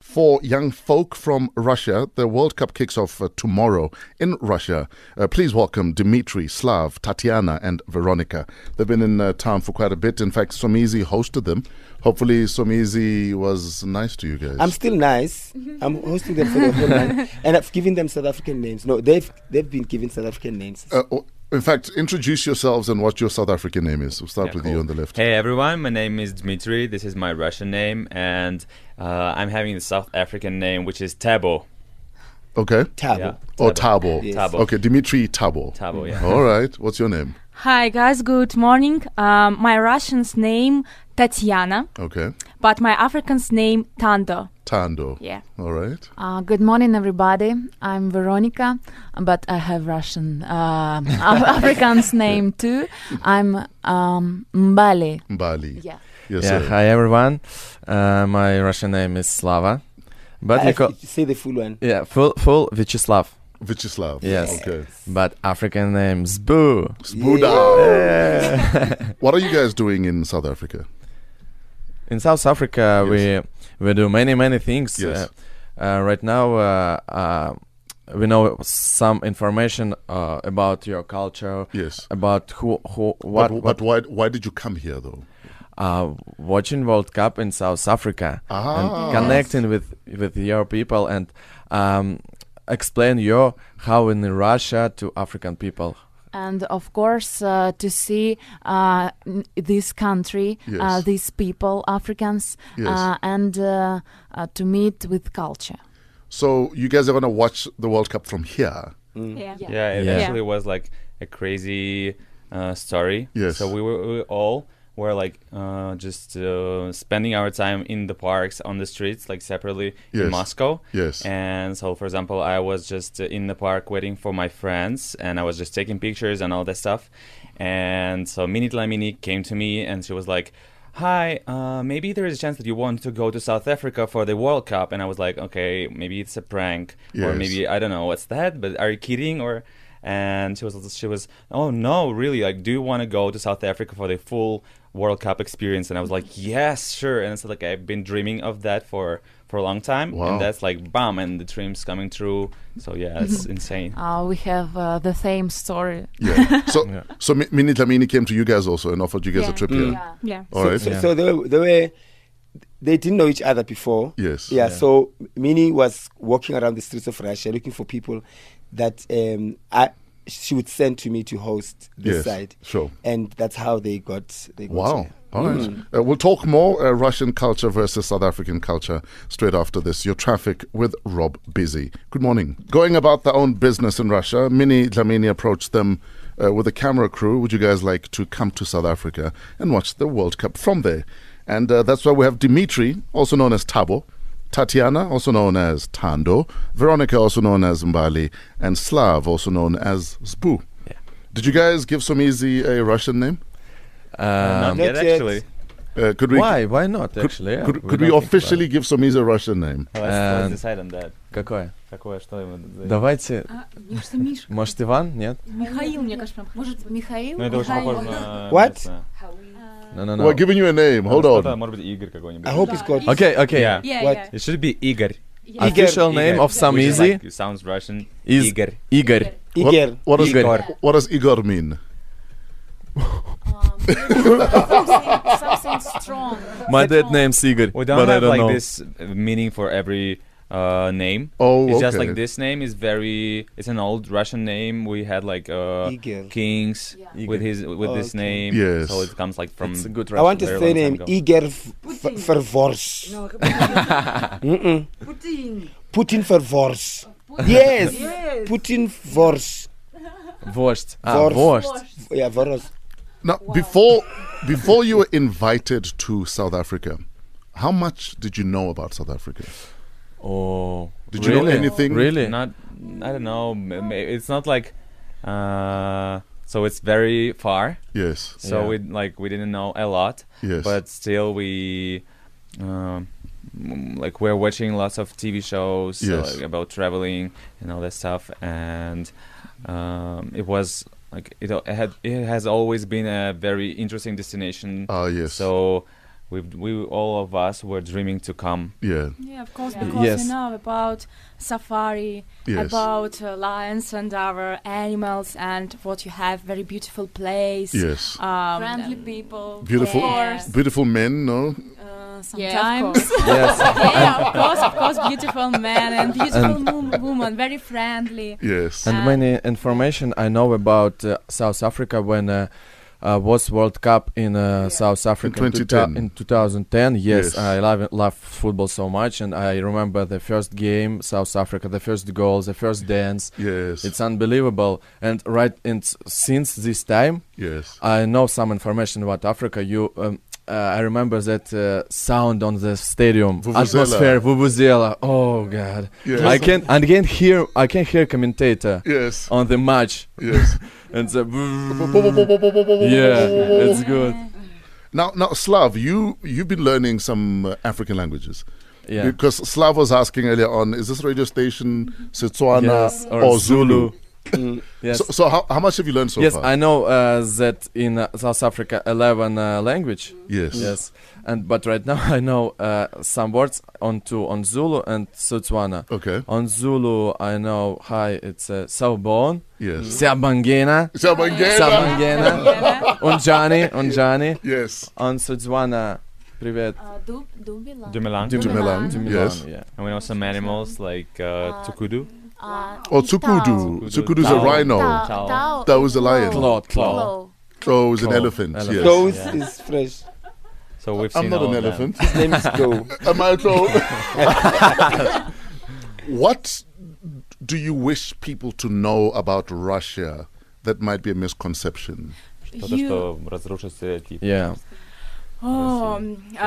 for young folk from Russia. The World Cup kicks off uh, tomorrow in Russia. Uh, please welcome Dmitry, Slav, Tatiana, and Veronica. They've been in uh, town for quite a bit. In fact, Somizi hosted them. Hopefully, Somizi was nice to you guys. I'm still nice. I'm hosting them for the whole night, and I've given them South African names. No, they've they've been given South African names. Uh, o- in fact, introduce yourselves and what your South African name is. We'll start Yeah, with cool. you on the left. Hey everyone, my name is Dmitry. This is my Russian name, and uh, I'm having the South African name, which is Tabo. Okay. Tabo. Yeah, Or Tabo. Yes. Tabo. Okay, Dimitri Tabo. Tabo, yeah. All right. What's your name? Hi guys, good morning. Um, my Russian's name Tatiana, Okay. but my African's name Tando. Tando. Yeah. All right. Uh, good morning, everybody. I'm Veronica, but I have Russian, uh, Af- African's name too. I'm um, Mbali. Mbali. Yeah. Yes, Yeah, sir. hi everyone. Uh, my Russian name is Slava, but I we have call to say the full one. yeah full full Vyacheslav, Vyacheslav. Yes. Okay. but African name Zbu. Spuda. Yeah. What are you guys doing in South Africa? In South Africa, we we do many many things. Yes. Uh, uh, right now, uh, uh, we know some information uh, about your culture. Yes. About who who what But, but why, why did you come here, though? uh, watching World Cup in South Africa Ah. and connecting with with your people and um, explain your how in Russia to African people. And of course, uh, to see uh, n- this country, uh, Yes. these people, Africans, Yes. uh, and uh, uh, to meet with culture. So you guys are going to watch the World Cup from here. Yeah. Yeah, it Mm. Yeah. actually was like a crazy uh, story. Yes. So we were we all were like uh, just uh, spending our time in the parks, on the streets, like separately Yes. in Moscow. Yes. And so, for example, I was just uh, in the park waiting for my friends, and I was just taking pictures and all that stuff. And so Mini Tlamini came to me, and she was like. Hi, uh, maybe there is a chance that you want to go to South Africa for the World Cup. And I was like, okay, maybe it's a prank. Or Yes. maybe I don't know what's that, but are you kidding or? And she was she was oh no really like do you want to go to South Africa for the full World Cup experience? And I was like yes sure. And it's like I've been dreaming of that for for a long time, Wow. and that's like bam, and the dreams coming true. So yeah, it's insane. Uh, we have uh, the same story. Yeah. So, so Mi- Mini Dlamini came to you guys also and offered you guys a Yeah. trip here. Mm. Yeah. All right. So, Yeah. so they, were, they were, they didn't know each other before. Yes. Yeah. Yeah. So Mini was walking around the streets of Russia looking for people that um, I, she would send to me to host this Yes, side. sure. And that's how they got. They got Mm. Wow. together. All right. Uh, we'll talk more uh, Russian culture versus South African culture straight after this. Your traffic with Rob Busy. Good morning. Going about their own business in Russia, Mini Dlamini approached them uh, with a camera crew. Would you guys like to come to South Africa and watch the World Cup from there? And uh, that's why we have Dimitri, also known as Tabo, Tatiana, also known as Tando, Veronica, also known as Mbali, and Slav, also known as Zbu. Yeah. Did you guys give Somizi a Russian name? Not Um, yet, Not yet. actually. Uh, could we why why not actually? Yeah, Could, we could we don't think about officially it. give Somiz a Russian name? Let's, let's Um, decide on that. Какое? Какое что ему- Давайте. Может Иван? Нет? Михаил, мне кажется, может Mikhail? Ну это очень похоже на What? местное. No no We're no. giving you a name. Hold Что-то, on. Может быть Игорь какой-нибудь. I hope it's called. Okay okay. Yeah. Yeah, What? yeah. It should be Igor. Official Игорь, name of some which is easy like- sounds Russian. is Igor. Игорь. What- Igor. What, does Igor. Igor. what does Igor mean? something, something strong. My dad name's Игорь, We don't but I have don't like know. this uh, meaning for every uh, name. Oh, it's just okay. like this name is very. It's an old Russian name. We had like uh, Igor. kings Yeah. with his with this Okay. name. Yes. So it comes like from. It's a good I want to Very say long time name ago. Igor F- F- Fervors. No, Putin. Mm-mm. Putin. Putin Fervors. Yes. Yes. Putin Vors. Вождь. А, Вождь. вождь. Yeah, Voros. Now, before before you were invited to South Africa, how much did you know about South Africa? Oh, Did you know really? anything? Really? Not. I don't know. m- m- It's not like. Uh, so it's very far. Yes. So Yeah. we like we didn't know a lot. Yes. But still, we. Um, mm, like we're watching lots of TV shows uh, Yes. about traveling and all that stuff, and um, it was like it, al- it had it has always been a very interesting destination. Ah, yes. So We've, we all of us were dreaming to come. Yeah. Yeah, of course, Yeah. because Yes. you know about safari, Yes. about uh, lions and other animals, and what you have very beautiful place. Yes. Um, Friendly and, people. Beautiful. course. Beautiful men, no? Uh, Yeah, of sometimes. course. yes. yeah, of course, of course, beautiful man and beautiful mo- woman, very friendly. Yes. And Uh, many information I know about uh, South Africa when uh, uh, was World Cup in uh, South Africa 2010. in 2010. Yes, Yes. I love love football so much, and I remember the first game South Africa, the first goals, the first dance. yes. uh, It's unbelievable. And right, and s- since this time, yes. I know some information about Africa. You, um, uh, I remember that uh, sound on the stadium, Vuvuzela. atmosphere, vuvuzela. Oh God, Yes. I can I can hear I can hear commentator yes. uh, on the match Yes. and the yeah, it's good. Now, now, Slav, you you've been learning some uh, African languages Yeah, because Slav was asking earlier on: Is this radio station Setswana Yes, or, or Zulu? Mm. yes. So, so how, how much have you learned so Yes, far? I know uh, that in uh, South Africa, eleven uh, language. yes. Yes, and but right now I know uh, some words on two on Zulu and Setswana. Okay. On Zulu, I know. Hi, it's uh, Sawbon, Yes. Sabangena, Sabangela. Sabangena, Yeah. Unjani, Unjani. Yes. On Setswana, Привет, Uh, Dumelang. Dumelang. Dumelang, Yes. yeah. And we know some animals like uh, Tukudu. Or Tsukudu. Tsukudu's a Tao. rhino. Tao. Tao. That was a lion. Claw, claw. Claw. Tlo is an Claw. elephant. Elephant. Yes. Those Yeah. is fresh. So we've seen I'm not all an of them. elephant. Let us go. Am I a Tlo? what do you wish people to know about Russia that might be a misconception? Что-то, что разрушит стереотип. Yeah. Oh, um,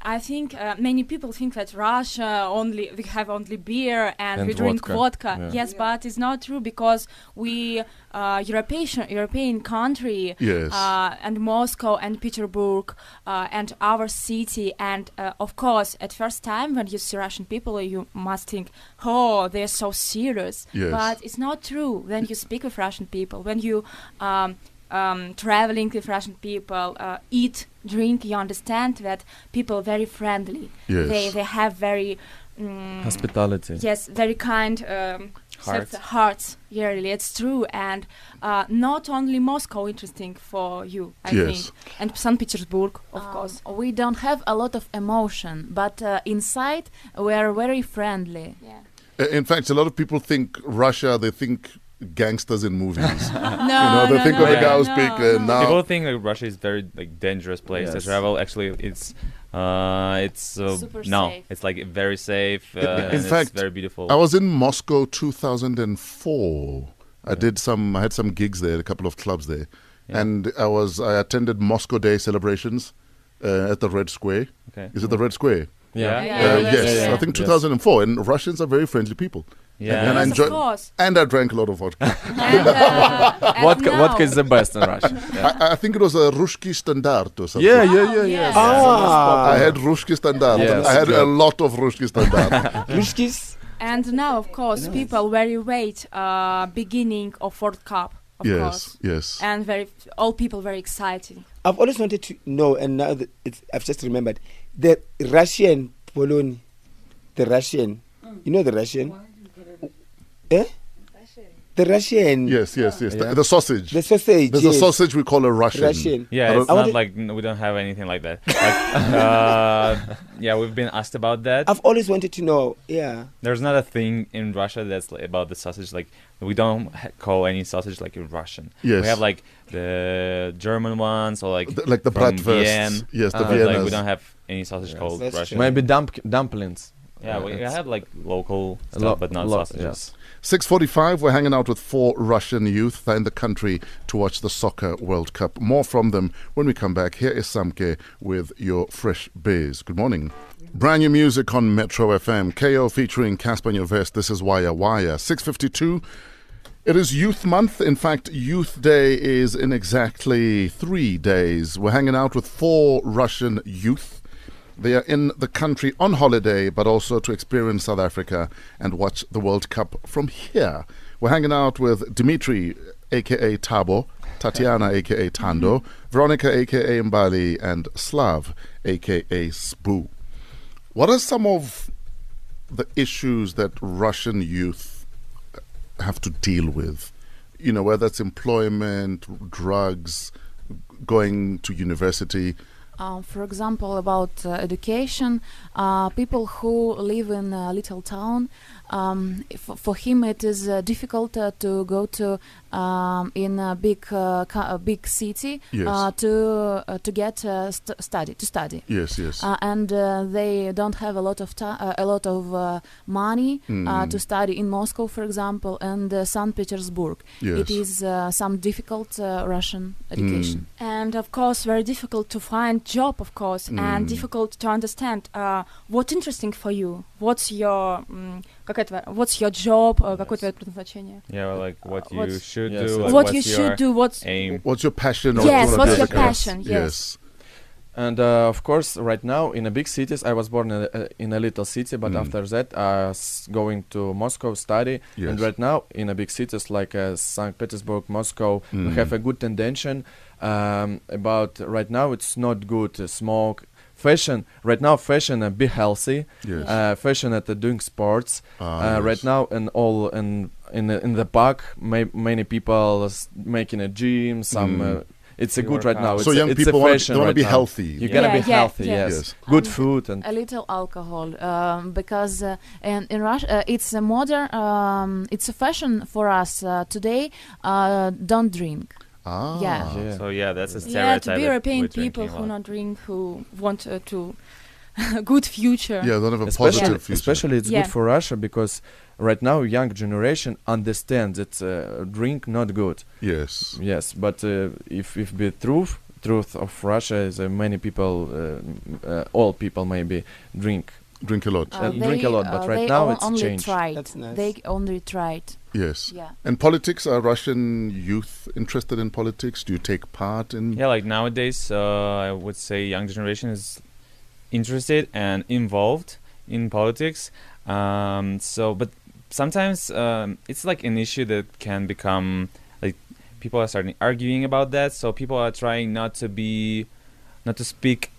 I think uh, many people think that Russia only we have only beer and, And we drink vodka. vodka. Yeah. Yes, but it's not true because we uh, European European country Yes. uh, and Moscow and Petersburg uh, and our city and uh, of course at first time when you see Russian people you must think oh they're so serious Yes. but it's not true when you speak with Russian people when you um, um, traveling with Russian people uh, eat drink you understand that people are very friendly Yes. they they have very mm, Hospitality. Yes, very kind um, Heart. hearts. hearts. Yeah, really, it's true. And uh, not only Moscow interesting for you, I Yes. think, and St. Petersburg, of Um, course. We don't have a lot of emotion, but uh, inside we are very friendly. Yeah. Uh, In fact, a lot of people think Russia, they think gangsters in movies. No, you know, they think of a no, guy who's big uh, People now. think like Russia is very like dangerous place Yes. to travel. Actually, it's uh, it's uh, Super no, safe. it's like very safe. Uh, in and it's fact, very beautiful. I was in Moscow 2004. I did some. I had some gigs there, a couple of clubs there, Yeah. and I was. I attended Moscow Day celebrations uh, at the Red Square. okay. Is it the Red Square? Yeah. Yeah. Uh, Yeah. yes, Yeah. I think Yes. 2004. And Russians are very friendly people. Yeah. And I yes, enjoy- of course. And I drank a lot of vodka. And, uh, and Vodka, now- vodka is the best in Russia. I, I think it was a Ruski Standard or something. Yeah, yeah, yeah, Oh, yeah. yes. I Ah, had Ruski Standard. Yes. I had a lot of Ruski Standard. Ruskis. And now, of course, people very wait uh, beginning of World Cup, of yes, course, yes. and very all people very exciting. I've always wanted to know, and now that it's, I've just remembered the Russian Poloni, the Russian. You know the Russian. Eh? The Russian. Yes, yes, yes. Yeah. The, the sausage. The sausage. There's yes. a sausage we call a Russian. Russian. I Yeah, don't- it's I not wanted- like n- we don't have anything like that. Like, uh, yeah, we've been asked about that. I've always wanted to know. Yeah. There's not a thing in Russia that's li- about the sausage. Like we don't ha- call any sausage like Russian. Yes. We have like the German ones or like The- like the from bratwursts. Vienna, Uh, Yes, the but, like we Viennas. don't have any sausage called that's Russian. true. Maybe dump, dumplings. Yeah, we, we It's- have like local stuff, Lo- but not lo- sausages. yes. 6.45, we're hanging out with four Russian youth in the country to watch the Soccer World Cup. More from them when we come back. Here is Samke with your fresh beers. Good morning. Brand new music on Metro FM. KO featuring Casper Nyovest. This is Waya Waya. 6.52. It is Youth Month. In fact, Youth Day is in exactly three days. We're hanging out with four Russian youth. They are in the country on holiday, but also to experience South Africa and watch the World Cup from here. We're hanging out with Dimitri aka Tabo, Tatiana, aka Tando, Veronica, aka Mbali, and Slav, aka Spoo. What are some of the issues that Russian youth have to deal with? You know, whether it's employment, drugs, going to university. Uh, for example, about uh, education, uh, people who live in a little town, um, f- for him it is uh, difficult uh, to go to um, in a big uh, ca- a big city Yes. uh, to uh, to get uh, st- study to study. Yes, yes. Uh, and uh, they don't have a lot of ti uh, a lot of uh, money uh, Mm. to study in Moscow, for example, and uh, Saint Petersburg. yes. Mm. It is uh, some difficult uh, Russian education. and of course very difficult to find job of course Mm. and difficult to understand uh, what's interesting for you what's your м, как это, what's your job uh, какое Yes. твое предназначение Yeah, well, like what you Uh, What's- should Yes, do. yes. Like what what's you your should do what's Hmm. Aim. Mm. What's your passion? or Yes, you wanna do what's as your a career? passion? Yes. And uh, of course, right now in a big cities, I was born in a, uh, in a little city, but Mm. after that, I was going to Moscow study. Yes. And right now, in a big cities like uh, Saint Petersburg, Moscow, Mm. we have a good tendency um, about right now. It's not good uh, smoke, fashion. Right now, fashion uh, be healthy. Yes. Uh, fashion at uh, doing sports. Ah, Uh, yes. Right now, in all in in the, in the park, may, many people is making a gym. Some Mm. uh, it's a They good work right now. out. It's so a- young it's a people want to fashion wanna right be now. healthy. You Yeah, gotta be yeah, healthy. yeah. Yes. Yes. Good Um, food and A little alcohol, um, because uh, in, in Russia uh, it's a modern, um, it's a fashion for us uh, today. Uh, don't drink. Ah. Yeah. Yeah. So yeah, that's a yeah stereotype. to be that European we're drinking people a who lot. not drink who want uh, to good future Yeah, don't have a especially, positive future. especially it's Yeah. good for Russia because right now young generation understand that uh, drink not good. Yes. Yes, but uh, if if the truth truth of Russia is uh, many people, uh, m- uh, all people maybe drink. Drink a lot. Uh, drink a lot, but right they now on- it's only changed. tried. That's nice. They only tried. yes. Yeah. And politics? Are Russian youth interested in politics? Do you take part in? Yeah, like nowadays, uh, I would say young generation is interested and involved in politics. Um, so, but sometimes um, it's like an issue that can become like people are starting arguing about that. So people are trying not to be, not to speak.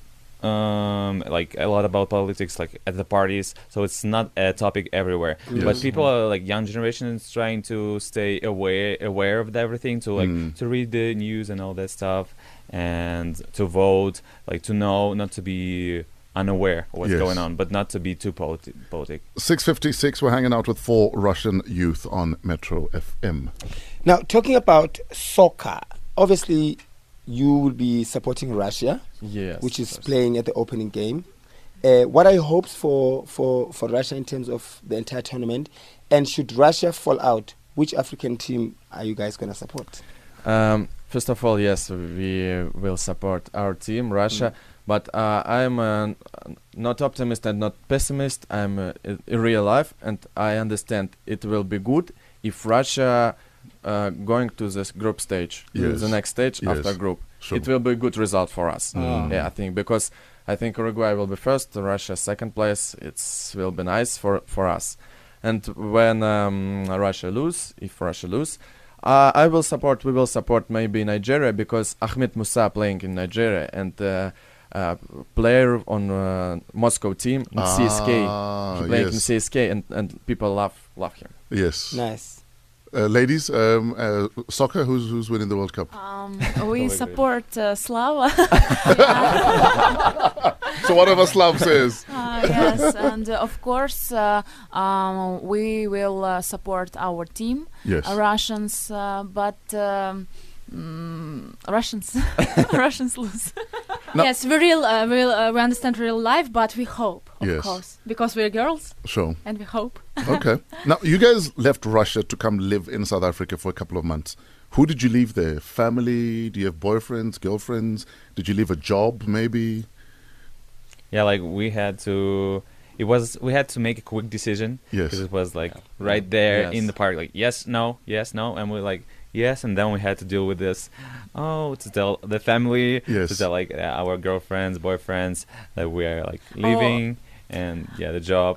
Um, like a lot about politics, like at the parties, so it's not a topic everywhere. But Yes. people are like young generation is trying to stay aware aware of everything, to like Mm. to read the news and all that stuff and to vote like to know not to be unaware of what's Yes. going on but not to be too politi- politic Six fifty-six. We're hanging out with four Russian youth on Metro FM. Now, talking about soccer, obviously you will be supporting Russia, Yes, which is of course. playing at the opening game. Uh, what are your hopes for, for, for Russia in terms of the entire tournament? And should Russia fall out, which African team are you guys going to support? Um, first of all, yes, we uh, will support our team, Russia. But uh, I'm uh, n- not optimist and not pessimist. I'm uh, i- in real life, and I understand it will be good if Russia uh, going to this group stage, Yes. the next stage Yes. after group. Sure. It will be a good result for us. Mm. Yeah, I think because I think Uruguay will be first, Russia second place. It's will be nice for for us. And when um, Russia lose, if Russia lose, uh, I will support. We will support maybe Nigeria because Ahmed Musa playing in Nigeria and uh, uh, player on uh, Moscow team in CSK. Ah, He playing in yes. CSK and, and people love love him. yes. Nice. Uh, ladies, um, uh, soccer. Who's who's winning the World Cup? Uh, Um, Totally we agree. support uh, Slava. so whatever Slav says. Uh, yes, and uh, of course uh, um, we will uh, support our team, Yes. uh, Russians, uh, but um, mm, Russians, Russians lose. No. yes we real uh, we, uh, we understand real life but we hope of Yes. course because we're girls Sure. and we hope Okay. now you guys left Russia to come live in South Africa for a couple of months. Who did you leave there? Family? Do you have boyfriends, girlfriends? Did you leave a job? Maybe. yeah like we had to it was we had to make a quick decision Yes. 'cause it was like right there Yes. in the park like yes no yes no and we're like yes and then we had to deal with this oh to tell the family Yes. to tell like uh, our girlfriends boyfriends that we are like leaving and yeah the job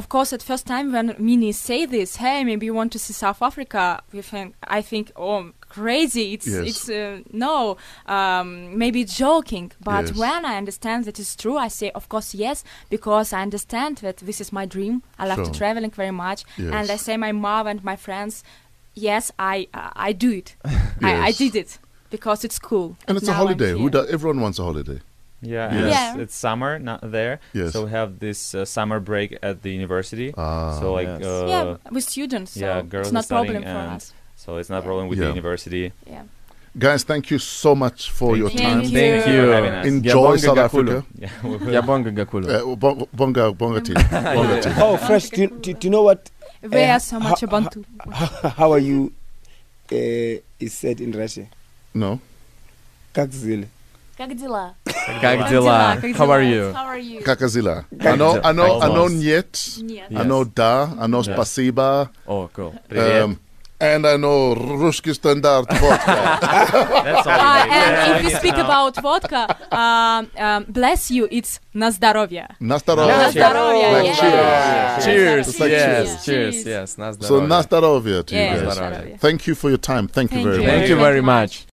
of course, at first time when Mini say this, hey, maybe you want to see South Africa, we think, I think, oh, crazy. It's Yes. it's uh, no, um, maybe joking. But Yes. when I understand that it's true, I say, of course, yes, because I understand that this is my dream. I love Sure. to traveling very much, Yes. and I say my mom and my friends, yes, I I I do it. I, I Yes. did it because it's cool. And it's a Now I'm holiday. Who here. does? Everyone wants a holiday. Yeah, Yes. and it's, Yeah. it's summer not there. Yes. So we have this uh, summer break at the university. Ah. so like Yes. uh, yeah, we're students, so yeah, girls it's are not studying problem for and- us. so it's not a problem with Yeah. the university. Yeah. Guys, thank you so much for your Thank time. you. Thank you. for having us. Enjoy Ngiyabonga South kakhulu. Africa. Yeah, we will. Yeah, bonga Gakulu. Uh, bon- bonga, bonga team. Bonga team. Oh, Fresh, do, do, do you know what? We Uh, are so much ho- Ubuntu. How are you? Uh, is said in Russia. No. Как дела? Как дела? Как дела? Как How дела? are you? How are you? Kakazila. I know, I know, I know Niet. I know Da. I know Yeah. Spasiba. Oh, cool. Привет. Um, and I know Ruski Standard Vodka. That's all. Uh, we need. and Yeah, if we yeah. speak about vodka, um, um, bless you, it's на здоровье. Nastarovia. cheers. Здоровья, Like yeah. cheers. Cheers. It's like yes. cheers. Cheers. Cheers. Yes. Nas So здоровья. Nastarovia to Yeah, you guys. Здоровья. здоровье. Thank you for your time. Thank, you Thank very you. much. Thank you very much.